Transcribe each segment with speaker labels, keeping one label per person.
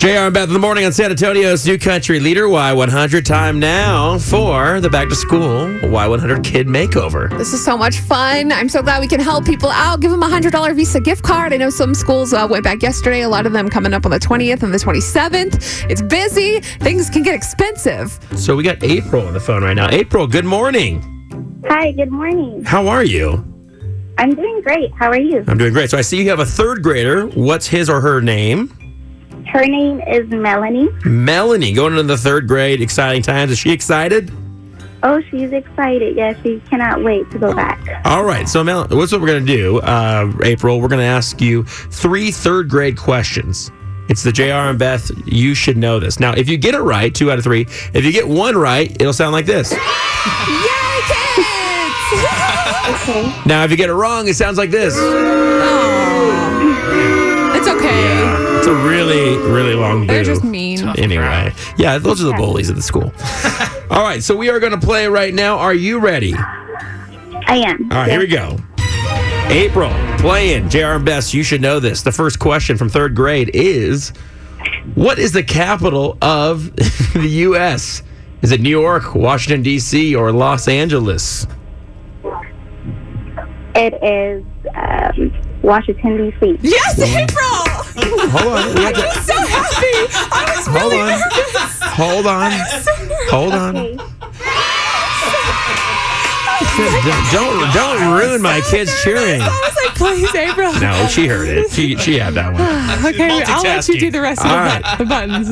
Speaker 1: JR and Beth in the morning on San Antonio's new country leader, Y100. Time now for the back to school Y100 kid makeover.
Speaker 2: This is so much fun. I'm so glad we can help people out. Give them a $100 Visa gift card. I know some schools uh, went back yesterday, a lot of them coming up on the 20th and the 27th. It's busy, things can get expensive.
Speaker 1: So we got April on the phone right now. April, good morning.
Speaker 3: Hi, good morning.
Speaker 1: How are you?
Speaker 3: I'm doing great. How are you?
Speaker 1: I'm doing great. So I see you have a third grader. What's his or her name?
Speaker 3: Her name is Melanie.
Speaker 1: Melanie, going into the third grade. Exciting times. Is she excited?
Speaker 3: Oh, she's excited. Yeah, she cannot wait to go back.
Speaker 1: All right. So, Mel, what's what we're going to do, uh, April? We're going to ask you three third grade questions. It's the JR and Beth. You should know this. Now, if you get it right, two out of three. If you get one right, it'll sound like this.
Speaker 2: Yay, kids!
Speaker 3: Okay.
Speaker 1: Now, if you get it wrong, it sounds like this.
Speaker 2: oh, it's okay.
Speaker 1: Yeah, it's a really, really long.
Speaker 2: They're
Speaker 1: do.
Speaker 2: just mean. Tough
Speaker 1: Anyway, yeah, those are the bullies at the school. All right, so we are going to play right now. Are you ready?
Speaker 3: I am.
Speaker 1: All right, here we go. April playing JR and Bess. You should know this. The first question from third grade is What is the capital of the U.S.? Is it New York, Washington, D.C., or Los Angeles?
Speaker 3: It is um, Washington, D.C.
Speaker 2: Yes, April!
Speaker 1: Hold on. we have to-
Speaker 2: I'm so happy! I was
Speaker 1: hold
Speaker 2: really
Speaker 1: on. Hold on. Hold on.
Speaker 3: Okay.
Speaker 1: Don't, don't, don't ruin my kids cheering.
Speaker 2: I was like, please, April.
Speaker 1: No, she heard it. She, she had that one.
Speaker 2: Okay, I'll let you do the rest of the,
Speaker 1: All right.
Speaker 2: but- the buttons.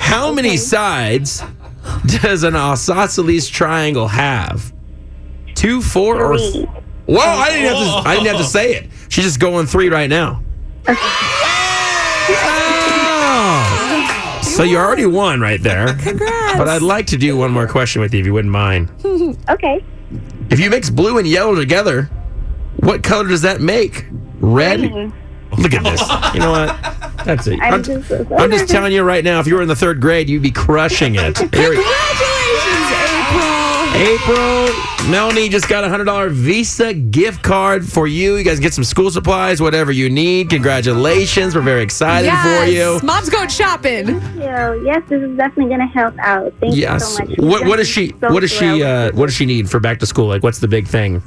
Speaker 1: How many sides does an isosceles triangle have? Two, four, or
Speaker 3: Three. Oh.
Speaker 1: Whoa! I didn't have to. I didn't have to say it. She's just going three right now. Wow. So you already won right there.
Speaker 2: Congrats.
Speaker 1: But I'd like to do one more question with you, if you wouldn't mind.
Speaker 3: Okay.
Speaker 1: If you mix blue and yellow together, what color does that make? Red. Look at this. You know what? That's it.
Speaker 3: I'm
Speaker 1: I'm,
Speaker 3: just so
Speaker 1: I'm just
Speaker 3: nervous.
Speaker 1: telling you right now. If you were in the third grade, you'd be crushing it. Here we-
Speaker 2: Congratulations, April.
Speaker 1: April, Melanie just got a hundred dollar Visa gift card for you. You guys get some school supplies, whatever you need. Congratulations! We're very excited for you.
Speaker 2: Mom's going shopping.
Speaker 3: So, yes, this is definitely going to help out. Thank
Speaker 1: Yes.
Speaker 3: you so much.
Speaker 1: What
Speaker 3: Yes,
Speaker 1: what does she
Speaker 3: so
Speaker 1: what does she
Speaker 3: thrilled.
Speaker 1: uh, what does she need for back to school? Like what's the big thing?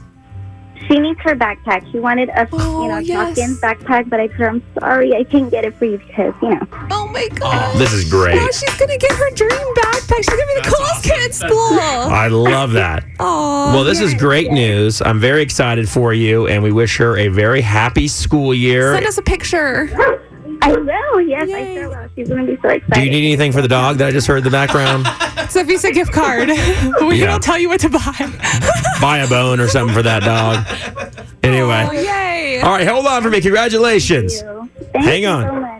Speaker 3: She needs her backpack. She wanted a
Speaker 2: Oh,
Speaker 3: you know
Speaker 2: yes.
Speaker 3: in backpack, but I told her I'm sorry I can't get it for you because you know.
Speaker 2: Oh my god.
Speaker 1: This is great.
Speaker 2: Now she's gonna get her dream backpack. She's gonna be the coolest kid at school.
Speaker 1: I love that.
Speaker 2: Oh.
Speaker 1: Well, this is great news. I'm very excited for you, and we wish her a very happy school year.
Speaker 2: Send us a picture.
Speaker 3: I will. Yes, I
Speaker 2: Yay.
Speaker 3: sure will. She's going to be so excited.
Speaker 1: Do you need anything for the dog that I just heard in the background?
Speaker 2: It's a Visa gift card. we
Speaker 1: Yeah.
Speaker 2: will tell you what to buy.
Speaker 1: Buy a bone or something for that dog. Anyway.
Speaker 2: Oh, yay.
Speaker 1: All right, hold on for me. Congratulations.
Speaker 3: Thank you. Thank
Speaker 1: Hang
Speaker 3: you
Speaker 1: on.
Speaker 3: So much.